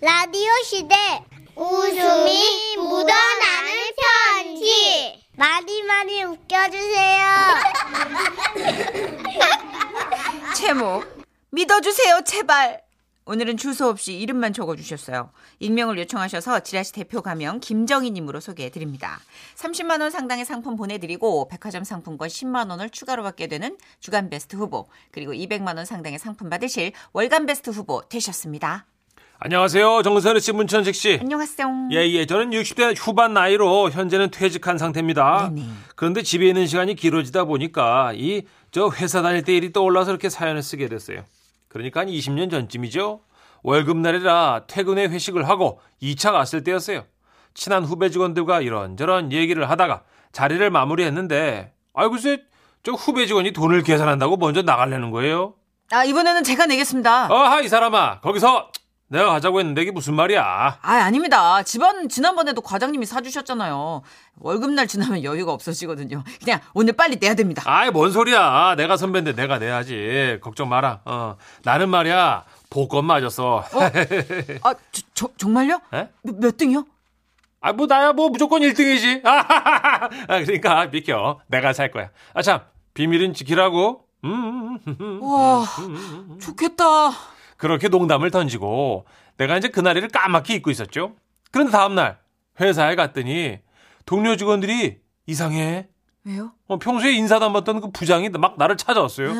라디오 시대 웃음이 묻어나는 편지 많이 많이 웃겨주세요. 제목 믿어주세요 제발 오늘은 주소 없이 이름만 적어주셨어요 익명을 요청하셔서 지라시 대표 가명 김정희님으로 소개해드립니다 30만원 상당의 상품 보내드리고 백화점 상품권 10만원을 추가로 받게 되는 주간베스트 후보 그리고 200만원 상당의 상품 받으실 월간베스트 후보 되셨습니다 안녕하세요. 정선우 씨, 문천식 씨. 안녕하세요 예, 예. 저는 60대 후반 나이로 현재는 퇴직한 상태입니다. 네네. 그런데 집에 있는 시간이 길어지다 보니까 이 저 회사 다닐 때 일이 떠올라서 이렇게 사연을 쓰게 됐어요. 그러니까 한 20년 전쯤이죠. 월급날이라 퇴근에 회식을 하고 2차 갔을 때였어요. 친한 후배 직원들과 이런저런 얘기를 하다가 자리를 마무리했는데 아이 글쎄 저 후배 직원이 돈을 계산한다고 먼저 나가려는 거예요. 아 이번에는 제가 내겠습니다 어하 이 사람아 거기서 내가 가자고 했는데 이게 무슨 말이야. 아, 아닙니다. 집안 지난번에도 과장님이 사주셨잖아요. 월급날 지나면 여유가 없어지거든요. 그냥 오늘 빨리 내야 됩니다. 아이 뭔 소리야 내가 선배인데 내가 내야지 걱정 마라 어 나는 말이야 복권 맞았어 아, 저, 저- 정말요? 에? 몇, 몇 등이요? 아 뭐 나야 뭐 무조건 1등이지 아 그러니까 비켜 내가 살 거야 아 참 비밀은 지키라고 음, 음, 음. 와, 좋겠다. 그렇게 농담을 던지고 내가 이제 그날이를 까맣게 잊고 있었죠 그런데 다음날 회사에 갔더니 동료 직원들이 이상해 왜요? 어, 평소에 인사도 안 봤던 그 부장이 막 나를 찾아왔어요 예.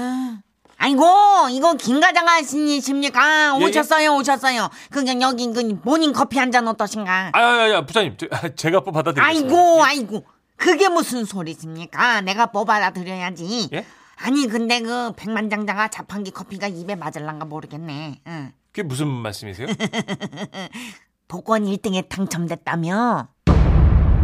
아이고, 이거 김과장 아시니십니까? 예, 예. 오셨어요, 오셨어요. 그냥 여기 그 모닝 커피 한 잔 어떠신가? 아야야야 부장님 저- 제가 뽑아드리겠습니다 예. 아이고, 아이고. 그게 무슨 소리십니까? 내가 뽑아다 드려야지. 예? 아니, 근데 그 백만장자가 자판기 커피가 입에 맞을란가 모르겠네. 응. 그게 무슨 말씀이세요? 복권 1등에 당첨됐다며?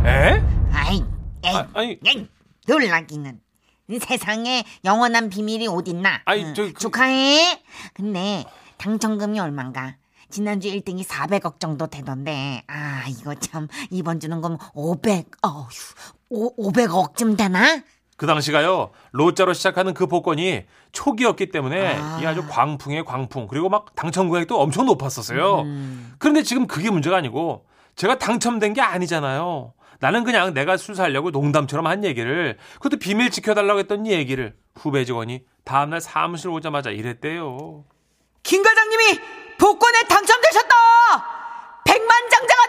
에? 아이, 에이, 아, 아니. 에이, 놀라기는. 이 세상에 영원한 비밀이 어딨나? 아니, 응, 저 그- 축하해. 근데 당첨금이 얼만가? 지난주 1등이 400억 정도 되던데. 아, 이거 참 이번 주는 그럼 500, 어휴, 오, 500억쯤 되나? 그 당시가요 로자로 시작하는 그 복권이 초기였기 때문에 아. 이 아주 광풍의 광풍 그리고 막 당첨 금액도 엄청 높았었어요. 그런데 지금 그게 문제가 아니고 제가 당첨된 게 아니잖아요. 나는 그냥 내가 수사하려고 농담처럼 한 얘기를 그것도 비밀 지켜달라고 했던 이 얘기를 후배 직원이 다음날 사무실 오자마자 이랬대요. 김 과장님이 복권에 당첨되셨다. 백만장자가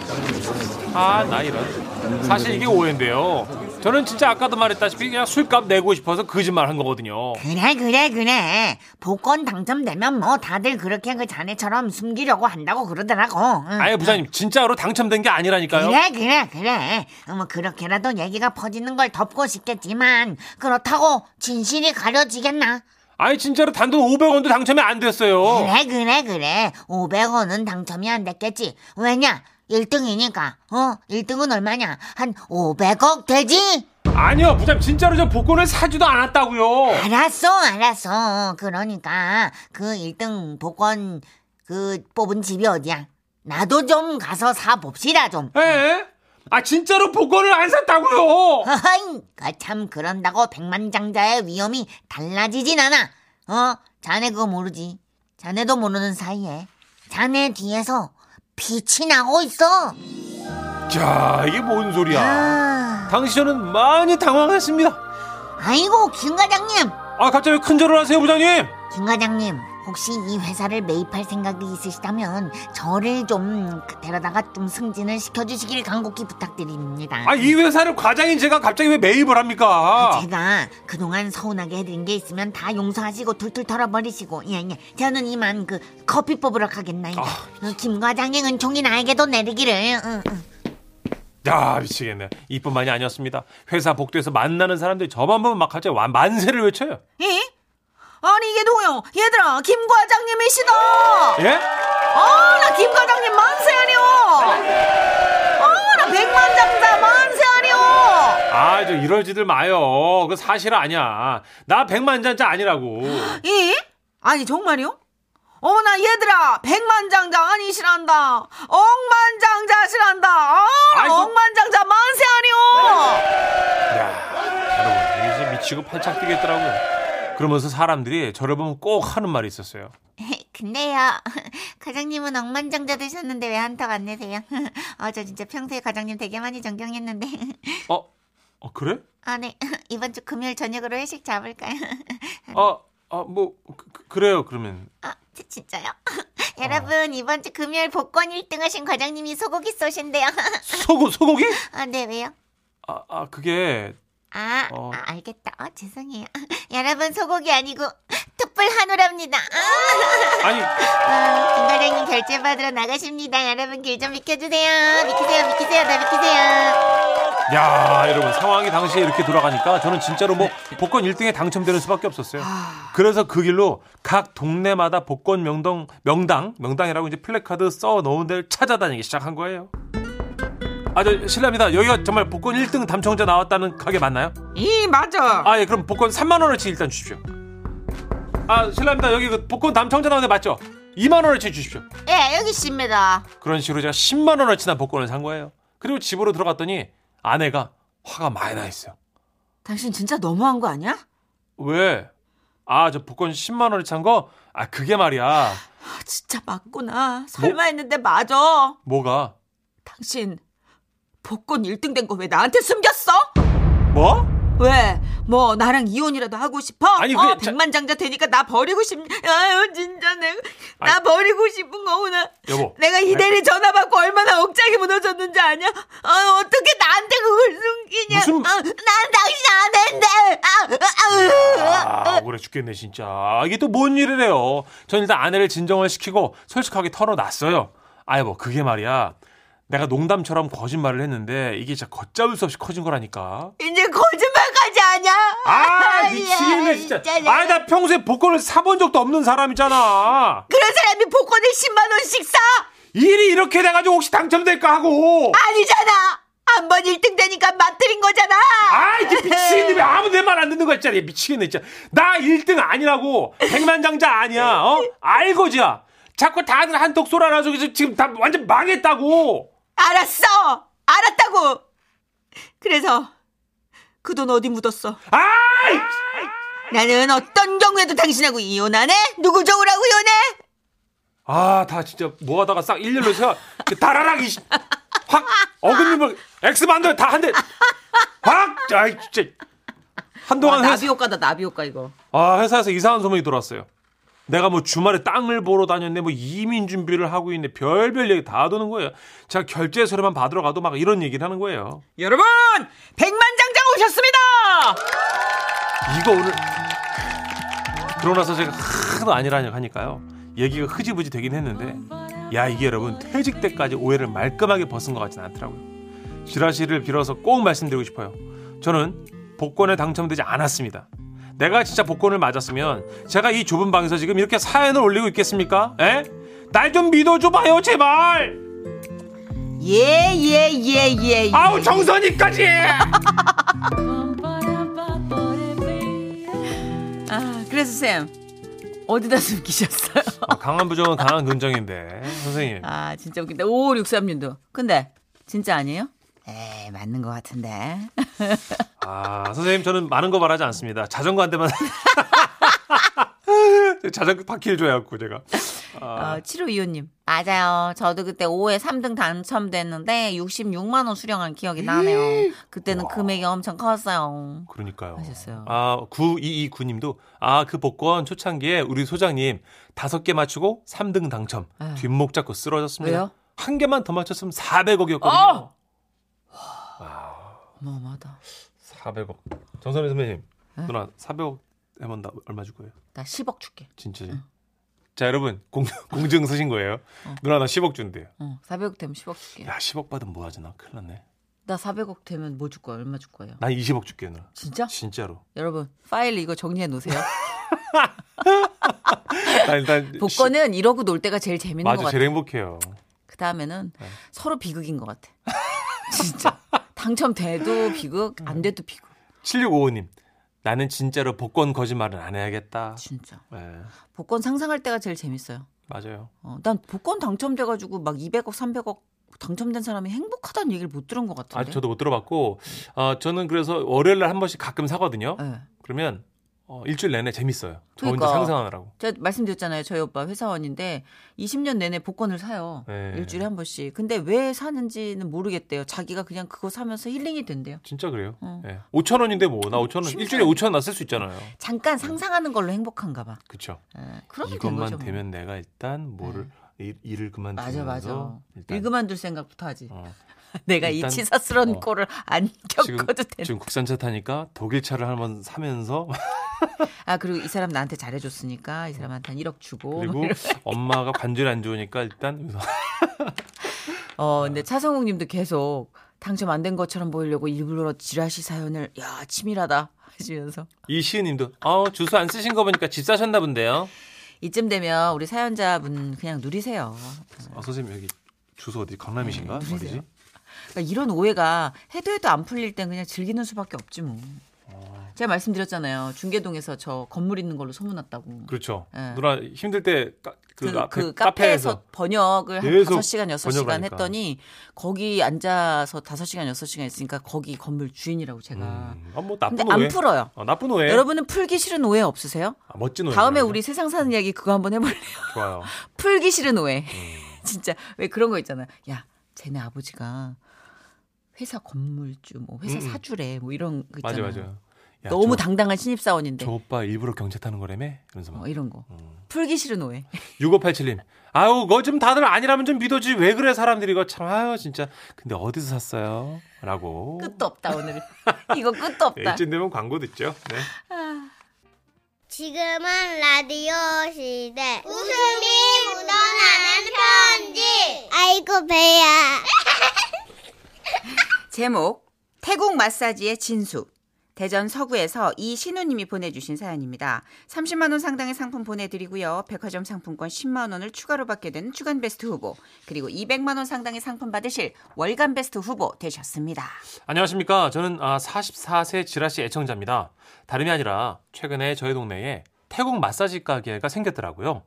되셨다. 아, 나 이런. 사실 이게 오해인데요. 저는 진짜 아까도 말했다시피 그냥 술값 내고 싶어서 거짓말 한 거거든요. 그래 그래 그래. 복권 당첨되면 뭐 다들 그렇게 그 자네처럼 숨기려고 한다고 그러더라고. 응. 아예 네. 부장님 진짜로 당첨된 게 아니라니까요. 그래 그래 그래. 뭐 그렇게라도 얘기가 퍼지는 걸 덮고 싶겠지만 그렇다고 진실이 가려지겠나? 아니 진짜로 단돈 500원도 당첨이 안 됐어요. 그래 그래 그래. 500원은 당첨이 안 됐겠지. 왜냐? 1등이니까. 어? 1등은 얼마냐? 한 500억 되지? 아니요 부장님 진짜로 저 복권을 사지도 않았다고요. 알았어, 알았어. 그러니까 그 1등 복권 그 뽑은 집이 어디야? 나도 좀 가서 사 봅시다 좀. 에? 아 진짜로 복권을 안 샀다고요. 허허잉, 그 참 그런다고 백만장자의 위험이 달라지진 않아. 어, 자네 그거 모르지. 자네도 모르는 사이에 자네 뒤에서 빛이 나고 있어. 자 이게 뭔 소리야? 아, 당시 저는 많이 당황했습니다. 아이고 김 과장님, 아 갑자기 큰절을 하세요 부장님. 김 과장님 혹시 이 회사를 매입할 생각이 있으시다면 저를 좀 데려다가 좀 승진을 시켜주시길 간곡히 부탁드립니다. 아 이 회사를 과장인 제가 갑자기 왜 매입을 합니까? 제가 그동안 서운하게 해드린 게 있으면 다 용서하시고 툴툴 털어버리시고 예예 저는 이만 그 커피 뽑으러 가겠나이다. 어, 김 과장의 은총이 나에게도 내리기를. 응, 응. 야 미치겠네. 이뿐만이 아니었습니다. 회사 복도에서 만나는 사람들이 저만 보면 막 갑자기 완- 만세를 외쳐요. 예? 아니 이게 누구요? 얘들아 김 과장님이시다. 어? 예? 아나 김 과장님 만세 아니오. 어, 아나 백만장자 만세 아니오. 아, 저 이러지들 마요. 그 사실 아니야. 나 백만장자 아니라고. 이? 아니 정말요? 어머나 얘들아 백만장자 아니시란다 억만장자시란다 아, 아이고. 억만장자 만세 아니오 야, 여러분, 이게 이제 미치고 팔짝 뛰겠더라고요. 그러면서 사람들이 저를 보면 꼭 하는 말이 있었어요. 근데요 과장님은 억만장자 되셨는데 왜 한턱 안 내세요? 어, 저 진짜 평소에 과장님 되게 많이 존경했는데. 어, 어 그래? 아, 네. 이번 주 금요일 저녁으로 회식 잡을까요? 아, 아, 뭐 그, 그, 래요 그러면. 아, 지- 진짜요? 여러분, 이번 주 금요일 복권 1등 하신 과장님이 소고기 쏘신대요. 소고 소고기? 아, 네, 왜요? 아, 아 그게 아, 어. 아, 알겠다. 어, 죄송해요. 여러분, 소고기 아니고 툭불 한우랍니다. 아니 아, 김 과장님 결제 받으러 나가십니다. 여러분, 길 좀 비켜주세요. 비키세요, 비키세요, 다 비키세요. 야 여러분 상황이 당시에 이렇게 돌아가니까 저는 진짜로 뭐 복권 1등에 당첨되는 수밖에 없었어요. 그래서 그 길로 각 동네마다 복권 명당 명당 명당이라고 이제 플래카드 써 놓은 데를 찾아다니기 시작한 거예요. 아저 실례합니다. 여기가 정말 복권 1등 당첨자 나왔다는 가게 맞나요? 이 맞아. 네. 아 예 그럼 복권 3만 원어치 일단 주십시오. 아 실례합니다. 여기 그 복권 당첨자 나온 데 맞죠? 2만 원어치 주십시오. 예, 여기 있습니다. 그런 식으로 제가 10만 원어치나 복권을 산 거예요. 그리고 집으로 들어갔더니 아내가 화가 많이 나 있어요. 당신 진짜 너무한 거 아니야? 왜? 아, 저 복권 10만 원을 찬 거? 아, 그게 말이야. 아, 진짜 맞구나. 설마 뭐? 했는데 맞아. 뭐가? 당신 복권 1등 된 거 왜 나한테 숨겼어? 뭐? 왜? 뭐 나랑 이혼이라도 하고 싶어? 아니, 어, 그게 자- 백만장자 되니까 나 버리고 싶. 아유 진짜 내가 나 아니. 그- 버리고 싶은 거구나. 네, 여보. 내가 이대리 전화 받고 얼마나 억장이 무너졌는지 아냐? 아 어떻게 나한테 그걸 숨기냐? 무슨- 아, 난 당신 아는데. 아, 아, 아. 아, 억울해 죽겠네, 진짜. 아, 이게 또 뭔 일이래요. 전 일단 아내를 진정을 시키고 솔직하게 털어놨어요. 아이, 뭐, 그게 말이야. 내가 농담처럼 거짓말을 했는데 이게 진짜 걷잡을 수 없이 커진 거라니까. 이제 거짓말까지 하냐? 예. 아, 미치겠네, 진짜. 아, 나 평소에 복권을 사본 적도 없는 사람이잖아. 그런 사람이 복권을 10만 원씩 사? 일이 이렇게 돼가지고 혹시 당첨될까 하고. 아니잖아. 한 번 1등 되니까 맞들인 거잖아. 아, 이제 미친놈이 아무 내 말 안 듣는 거 있잖아. 얘 미치겠네, 진짜. 나 1등 아니라고. 백만장자 아니야. 어? 알거지야. 자꾸 다들 한턱 쏘라라 저기 지금 다 완전 망했다고. 알았어. 알았다고. 그래서 그 돈 어디 묻었어? 아! 나는 어떤 경우에도 당신하고 이혼하네? 누구 좋으라고 이혼해? 아, 다 진짜 뭐 하다가 싹 일렬로 세워. 그 다라락 이씨. 확 어금니를 엑스 반들 다 한대. 확! 아이 진짜. 뭐 한동안 회사, 나비효과다 나비효과 이거. 아, 회사에서 이상한 소문이 돌았어요. 내가 뭐 주말에 땅을 보러 다녔네, 뭐 이민 준비를 하고 있네, 별별 얘기 다 도는 거예요. 제가 결제 서류만 받으러 가도 막 이런 얘기를 하는 거예요. 여러분 백만장장 오셨습니다. 이거 오늘. 그러고 나서 제가 하도 아니라니 하니까요. 얘기가 흐지부지 되긴 했는데, 야, 이게 여러분, 퇴직 때까지 오해를 말끔하게 벗은 것 같진 않더라고요. 지라시를 빌어서 꼭 말씀드리고 싶어요. 저는 복권에 당첨되지 않았습니다. 내가 진짜 복권을 맞았으면 제가 이 좁은 방에서 지금 이렇게 사연을 올리고 있겠습니까? 에? 날 좀 믿어줘봐요, 제발! 예예예예 예, 예, 예. 아우, 정선이까지! 아, 그래서 쌤 어디다 숨기셨어요? 아, 강한 부정은 강한 긍정인데, 선생님. 아 진짜 웃긴다. 5563님도. 근데 진짜 아니에요? 에 맞는 것 같은데. 아, 선생님 저는 많은 거 말하지 않습니다. 자전거 한 대만 자전거 바퀴를 줘야 갖고 제가. 아. 어, 7호 이호님. 맞아요. 저도 그때 5회 3등 당첨됐는데 66만원 수령한 기억이 나네요. 그때는 금액이 엄청 컸어요. 그러니까요. 하셨어요. 아, 9229 님도 아, 그 복권 초창기에 우리 소장님 다섯 개 맞추고 3등 당첨. 뒷목 잡고 쓰러졌습니다. 아. 왜요? 한 개만 더 맞췄으면 400억이었거든요. 어! 어마어마하다. 400억. 정선희 선배님. 아. 누나 400억 해면 나 얼마 줄 거예요? 나 10억 줄게. 진짜. 자, 여러분. 공, 공증 쓰신 거예요? 누나 나 10억 준대요. 어, 400억 되면 10억 줄게. 야, 10억 받으면 뭐 하지 나? 큰일 났네. 나 400억 되면 뭐 줄 거야? 얼마 줄 거예요? 난 20억 줄게요, 누나. 진짜? 진짜로. 여러분 파일 이거 정리해 놓으세요. 나 일단 복권은 이러고 놀 때가 제일 시- 재밌는 것 맞아 같아. 제일 네. 행복해요. 그 다음에는 서로 비극인 것 같아. 진짜 당첨돼도 비극, 음. 안 돼도 비극. 7655님. 나는 진짜로 복권 거짓말은 안 해야겠다. 진짜 네, 복권 상상할 때가 제일 재밌어요. 맞아요. 어, 난 복권 당첨돼가지고 막 200억, 300억 당첨된 사람이 행복하다는 얘기를 못 들은 것 아, 같은데. 아직 저도 못 들어봤고, 어, 저는 그래서 월요일 날 한 번씩 가끔 사거든요. 예. 그러면 어, 일주일 내내 재밌어요. 저 혼자 그러니까. 상상하느라고. 제가 말씀드렸잖아요. 저희 오빠 회사원인데 20년 내내 복권을 사요. 네. 일주일에 한 번씩. 근데 왜 사는지는 모르겠대요. 자기가 그냥 그거 사면서 힐링이 된대요. 진짜 그래요. 예. 5천 원인데 뭐 나 5천 원 일주일에 5천 원 났을 수 있잖아요. 잠깐 상상하는 걸로 행복한가 봐. 그렇죠. 예, 그러면 된 이것만 거죠, 뭐. 되면 내가 일단 뭐를 일, 일을 네. 맞아 그만두면서 맞아. 일단 일 그만둘 생각부터 하지. 어, 내가 일단- 이 치사스러운 어. 꼴을 안 지금 겪어도 된다. 지금 국산차 타니까 독일차를 한번 사면서 아 그리고 이 사람 나한테 잘해줬으니까 이 사람한테 한 1억 주고. 뭐 그리고 엄마가 관절 안 좋으니까 일단 그래서 어 근데 차성욱님도 계속 당첨 안 된 것처럼 보이려고 일부러 지라시 사연을 야 치밀하다 하시면서 이시은님도 어 주소 안 쓰신 거 보니까 집 사셨나 본데요. 이쯤 되면 우리 사연자분 그냥 누리세요. 어, 선생님 여기 주소 어디 네, 강남이신가? 어디지? 그러니까 이런 오해가 해도 해도 안 풀릴 땐 그냥 즐기는 수밖에 없지 뭐. 제가 말씀드렸잖아요. 중계동에서 저 건물 있는 걸로 소문났다고. 그렇죠. 예. 누나 힘들 때그 그, 그 앞에 그 카페에서 카페에서 번역을 한 계속 5시간, 6시간 번역을 했더니 거기 앉아서 5시간, 6시간 있으니까 거기 건물 주인이라고 제가. 음, 아, 뭐 근데 나쁜 안 오해. 풀어요. 어, 나쁜 오해. 여러분은 풀기 싫은 오해 없으세요? 아, 멋진 오해. 다음에 우리 세상 사는 이야기 그거 한번 해볼래요? 좋아요. 풀기 싫은 오해. 음. 진짜 왜 그런 거 있잖아. 야, 쟤네 아버지가 회사 건물주, 뭐 회사 음, 음. 사주래, 뭐 이런 거 맞아 있잖아. 맞아. 야, 너무 저, 당당한 신입사원인데. 저 오빠 일부러 경차 타는 거라며? 이러면서 막. 어, 이런 거. 음. 풀기 싫은 오해. 6587님. 아우, 거 좀 다들 아니라면 좀 믿어지. 왜 그래, 사람들이 이거 참. 아유, 진짜. 근데 어디서 샀어요? 라고. 끝도 없다, 오늘. 이거 끝도 예, 없다. 이쯤 되면 광고 듣죠. 네. 지금은 라디오 시대. 웃음이 묻어나는 편지. 아이고, 배야. 제목 태국 마사지의 진수 대전 서구에서 이신우님이 보내주신 사연입니다. 30만 원 상당의 상품 보내드리고요. 백화점 상품권 10만 원을 추가로 받게 되는 주간 베스트 후보 그리고 200만 원 상당의 상품 받으실 월간 베스트 후보 되셨습니다. 안녕하십니까. 저는 아, 44세 지라시 애청자입니다. 다름이 아니라 최근에 저희 동네에 태국 마사지 가게가 생겼더라고요.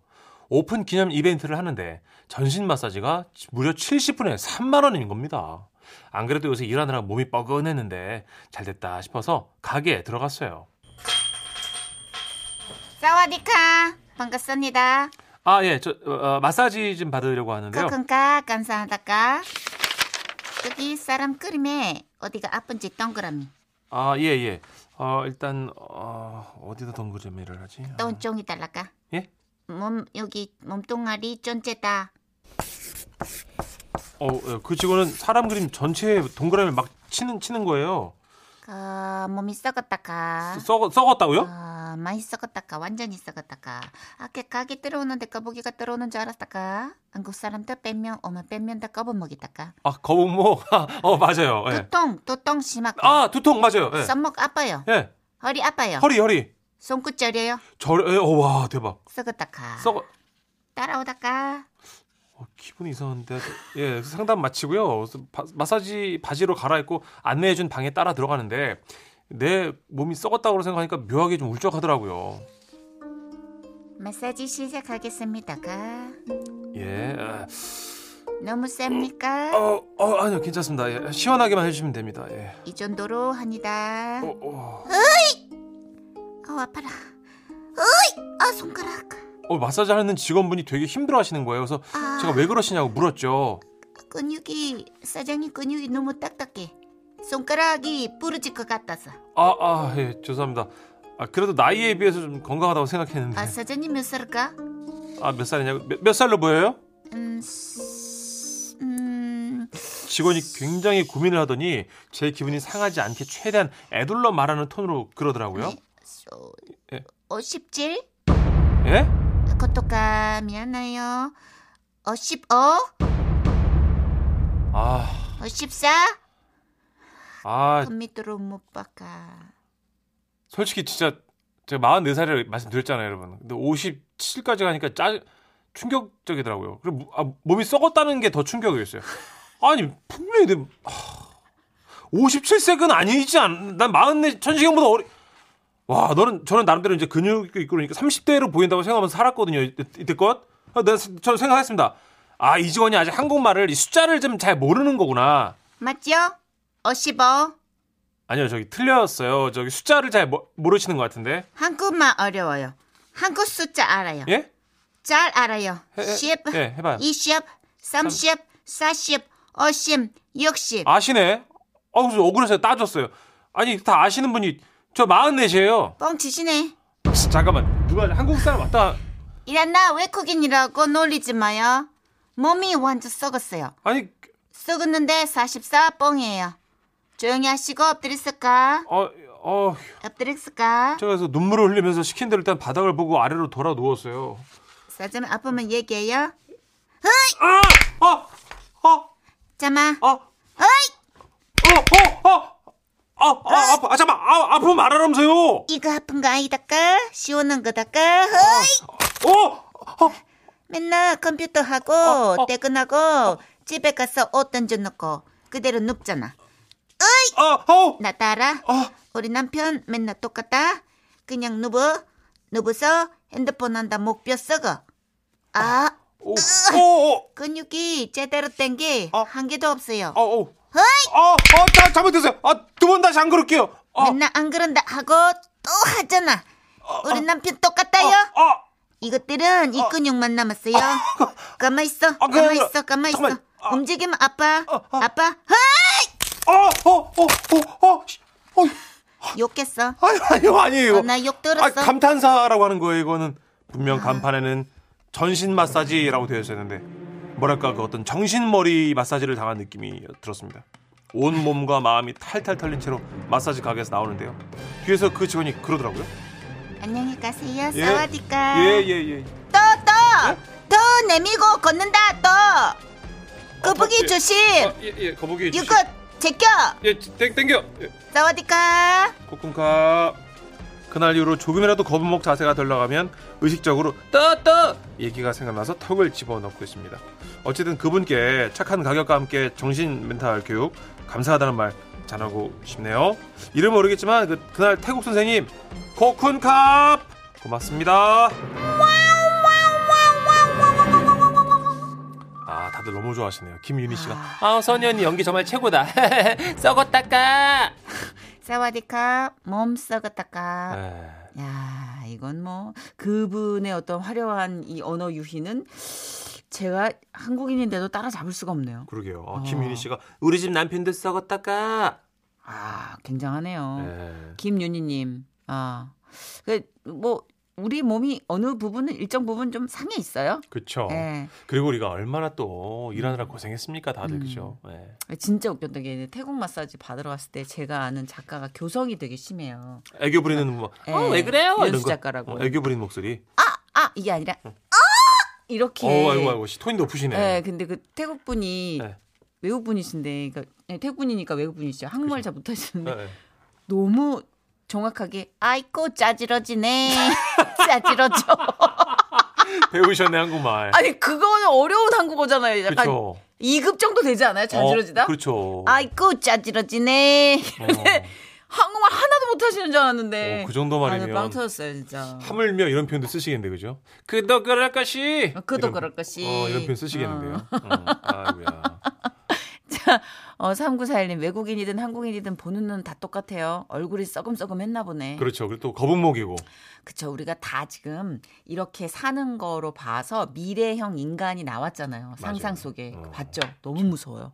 오픈 기념 이벤트를 하는데 전신 마사지가 무려 70분에 3만 원인 겁니다. 안 그래도 요새 일하느라 몸이 뻐근했는데 잘 됐다 싶어서 가게에 들어갔어요. 사와디카 반갑습니다. 아, 예. 저 어, 어, 마사지 좀 받으려고 하는데요. 그, 커큰까 감사하다까 여기 사람 끓임에 어디가 아픈지 동그라미 아, 예, 예. 어, 일단 어, 어디다 동그라미를 하지? 아, 똥종이 달라까 예? 몸 여기 몸뚱아리 쫀째다 어, 예, 그 직원은 사람 그림 전체에 동그라미 막 치는 치는 거예요. 아, 몸이 썩었다가 썩, 썩었다고요? 아, 많이 썩었다가 완전히 썩었다가 아까 가게 들어오는데 거북이가 들어오는 줄 알았다가 한국 사람들 빼면 오면 빼면 다 거북목이다가 아, 거북목. 어, 맞아요. 예. 두통 두통 심하고 아, 두통 맞아요. 예. 손목 아파요 예. 허리 아파요 허리, 허리. 손끝 저려요 저, 예, 어, 와, 대박. 썩었다가 썩어. 따라오다가 어, 기분이 이상한데. 예, 상담 마치고요. 바- 마사지 바지로 갈아입고 안내해준 방에 따라 들어가는데 내 몸이 썩었다고 생각하니까 묘하게 좀 울적하더라고요. 마사지 시작하겠습니다가 예. 아, 너무 셉니까 어, 어, 아니요, 괜찮습니다. 예, 시원하게만 해주시면 됩니다. 예. 이 정도로 합니다 어, 어. 어 아파라 으이 아 손가락 어, 마사지 하는 직원분이 되게 힘들어 하시는 거예요. 그래서 아. 제가 왜 그러시냐고 물었죠. 근육이 사장님 근육이 너무 딱딱해 손가락이 부러질 것 같아서 아, 아, 예, 죄송합니다. 아, 그래도 나이에 비해서 좀 건강하다고 생각했는데. 아 사장님 몇 살까? 아, 몇 살이냐고? 몇, 몇 살로 보여요? 음, 쓰- 음 직원이 굉장히 고민을 하더니 제 기분이 상하지 않게 최대한 애둘러 말하는 톤으로 그러더라고요. 소, 예. 57? 예? 그것도가 미안해요 55? 아, 54? 아, 그 밑으로 못 박아 솔직히 진짜 제가 44살이라고 말씀드렸잖아요, 여러분. 근데 57까지 가니까 짜 충격적이더라고요. 그리고 무- 아, 몸이 썩었다는 게 더 충격이었어요. 아니, 분명히 내 하, 57세는 아니지 않. 난 44, 천식형보다 어리 와, 너는 저는 나름대로 이제 근육이 있고 그러니까 30대로 보인다고 생각하면서 살았거든요. 이- 이때껏. 아, 내가 스- 저는 생각했습니다. 아, 이 직원이 아직 한국말을 이 숫자를 좀 잘 모르는 거구나. 맞죠? 55? 아니요, 저기 틀렸어요. 저기 숫자를 잘 모, 모르시는 것 같은데. 한국만 어려워요. 한국 숫자 알아요. 예? 잘 알아요. 해, 해, 10, 예, 해봐요. 20, 30, 40, 50, 60. 아시네? 어우, 저 억울해서 따졌어요. 아니, 다 아시는 분이 저 44이에요. 뻥치시네. 잠깐만, 누가 한국 사람 왔다. 이란나 외국인이라고 놀리지 마요. 몸이 완전 썩었어요. 아니, 썩었는데 44 뻥이에요. 조용히 하시고 엎드렸을까? 어, 어, 엎드렸을까? 제가 그래서 눈물을 흘리면서 시킨 대로 일단 바닥을 보고 아래로 돌아 누웠어요. 사자면 아프면 얘기해요. 아! 어! 어! 자마. 어! 어이! 어! 어! 어! 아, 아, 아파. 아, 잠깐만. 아, 아프면 말하라면서요. 이거 아픈 거 아니다까? 시원한 거다까? 어이! 어! 어! 맨날 컴퓨터 하고 어. 퇴근하고 집에 가서 옷 던져놓고 그대로 눕잖아. 아, 어! 나 따라. 어! 우리 남편 맨날 똑같다. 그냥 누워 누워서 핸드폰 한다 목뼈 썩어. 아 오! 오! 근육이 제대로 된 게 한 어. 개도 없어요. 어! 어! 어! 어! 다 잘못했어요. 아, 두 번 다시 안 그럴게요. 어! 맨날 안 그런다 하고 또 하잖아. 우리 남편 똑같다요. 어! 어! 이것들은 이 근육만 남았어요. 가만 있어, 아, 가만 그래, 있어, 가만 있어. 잠깐만. 아. 움직이면 아파, 아. 아파. 헤이! 어! 어! 어! 어! 어! 씨. 어! 욕했어. 아니, 아니요, 아니에요. 어, 나욕 들었어. 아, 감탄사라고 하는 거예요, 이거는. 분명 간판에는 전신 마사지라고 되어 있었는데, 뭐랄까, 그 어떤 정신머리 마사지를 당한 느낌이 들었습니다. 온 몸과 마음이 탈탈 털린 채로 마사지 가게에서 나오는데요. 뒤에서 그 직원이 그러더라고요. 안녕히 가세요. 예. 아. 사와디까. 예, 예, 예. 또, 또, 네? 또 내밀고 걷는다. 어, 또 거북이 예. 조심. 예, 예, 거북이. 이거 제껴. 예, 땡, 땡겨. 사와디까. 코쿤카. 그날 이후로 조금이라도 거북목 자세가 덜 나가면 의식적으로 떠떠 얘기가 생각나서 턱을 집어넣고 있습니다. 어쨌든 그분께 착한 가격과 함께 정신 멘탈 교육 감사하다는 말 전하고 싶네요. 이름 모르겠지만 그, 그날 태국 선생님 코쿤캅 고맙습니다. 아 다들 너무 좋아하시네요. 김윤희 씨가 아 선희 언니 연기 정말 최고다. 썩었다까. 사와디까. 몸 아. 썩었다까. 에. 네. 야, 이건 뭐 그분의 어떤 화려한 이 언어 유희는 제가 한국인인데도 따라잡을 수가 없네요. 그러게요. 어. 아, 김윤희 씨가 우리 집 남편도 썩었다까. 아, 굉장하네요. 네. 김윤희님, 아, 그 뭐 우리 몸이 어느 부분은 일정 부분 좀 상해 있어요. 그쵸. 예. 그리고 우리가 얼마나 또 일하느라 고생했습니까, 다들 음. 그죠. 예. 진짜 웃겼던 게 태국 마사지 받으러 갔을 때 제가 아는 작가가 교성이 되게 심해요. 애교 부리는 뭐, 예. 어, 왜 그래요? 이런 연수 거. 작가라고. 어, 애교 부리는 목소리. 아 이게 아니라 아 이렇게. 어, 아이고 아이고, 씨, 톤이 높으시네. 예, 근데 그 태국 분이 예. 외국 분이신데, 그러니까 예, 태국 분이니까 외국 분이시죠. 한국말 잘 못하시는데 예. 너무 정확하게 아이고 짜지러지네, 짜지러져. 배우셨네 한국말. 아니 그거는 어려운 한국어잖아요. 약간 그렇죠. 어, 2급 정도 되지 않아요? 자지러지다? 그렇죠. 아이고 짜지러지네. 어. 한국말 하나도 못하시는 줄 알았는데. 어, 그 정도 아, 네, 말이면 빵 터졌어요 진짜. 하물며 이런 표현도 쓰시겠는데 그죠? 그도 그럴 것이. 어, 그도 이런- 그럴 것이. 어, 이런 표현 쓰시겠는데요. 어, 아이고야. 자, 어, 3941님 외국인이든 한국인이든 보는 눈 다 똑같아요. 얼굴이 썩음썩음 했나 보네. 그렇죠. 그리고 또 거북목이고. 그쵸 우리가 다 지금 이렇게 사는 거로 봐서 미래형 인간이 나왔잖아요 상상 속에 어. 봤죠 너무 무서워요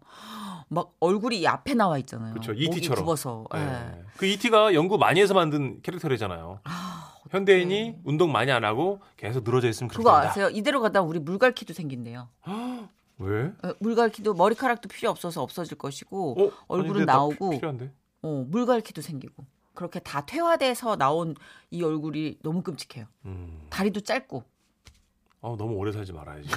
막 얼굴이 이 앞에 나와 있잖아요 뭐 그쵸, 목이 E.T.처럼. 굽어서 예. 예. 그 이티가 연구 많이 해서 만든 캐릭터래잖아요. 현대인이 운동 많이 안 하고 계속 늘어져 있으면 그렇게 그거 된다. 아세요 이대로 가다 우리 물갈퀴도 생긴대요 왜? 어, 물갈퀴도 머리카락도 필요 없어서 없어질 것이고 어? 얼굴은 아니, 근데 나 나오고. 피- 필요한데? 어, 물갈퀴도 생기고 그렇게 다 퇴화돼서 나온 이 얼굴이 너무 끔찍해요 음. 다리도 짧고 아, 너무 오래 살지 말아야지.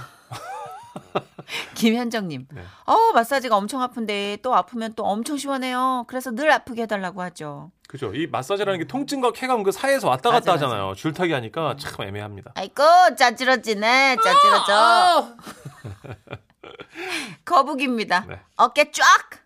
김현정님. 네. 어 마사지가 엄청 아픈데 또 아프면 또 엄청 시원해요. 그래서 늘 아프게 해달라고 하죠. 그죠? 이 마사지라는 게 통증과 쾌감 그 사이에서 왔다 갔다 맞아, 맞아. 하잖아요. 줄타기 하니까 참 애매합니다. 아이고 짜지러지네, 짜지러져. 어, 거북입니다. 네. 어깨 쫙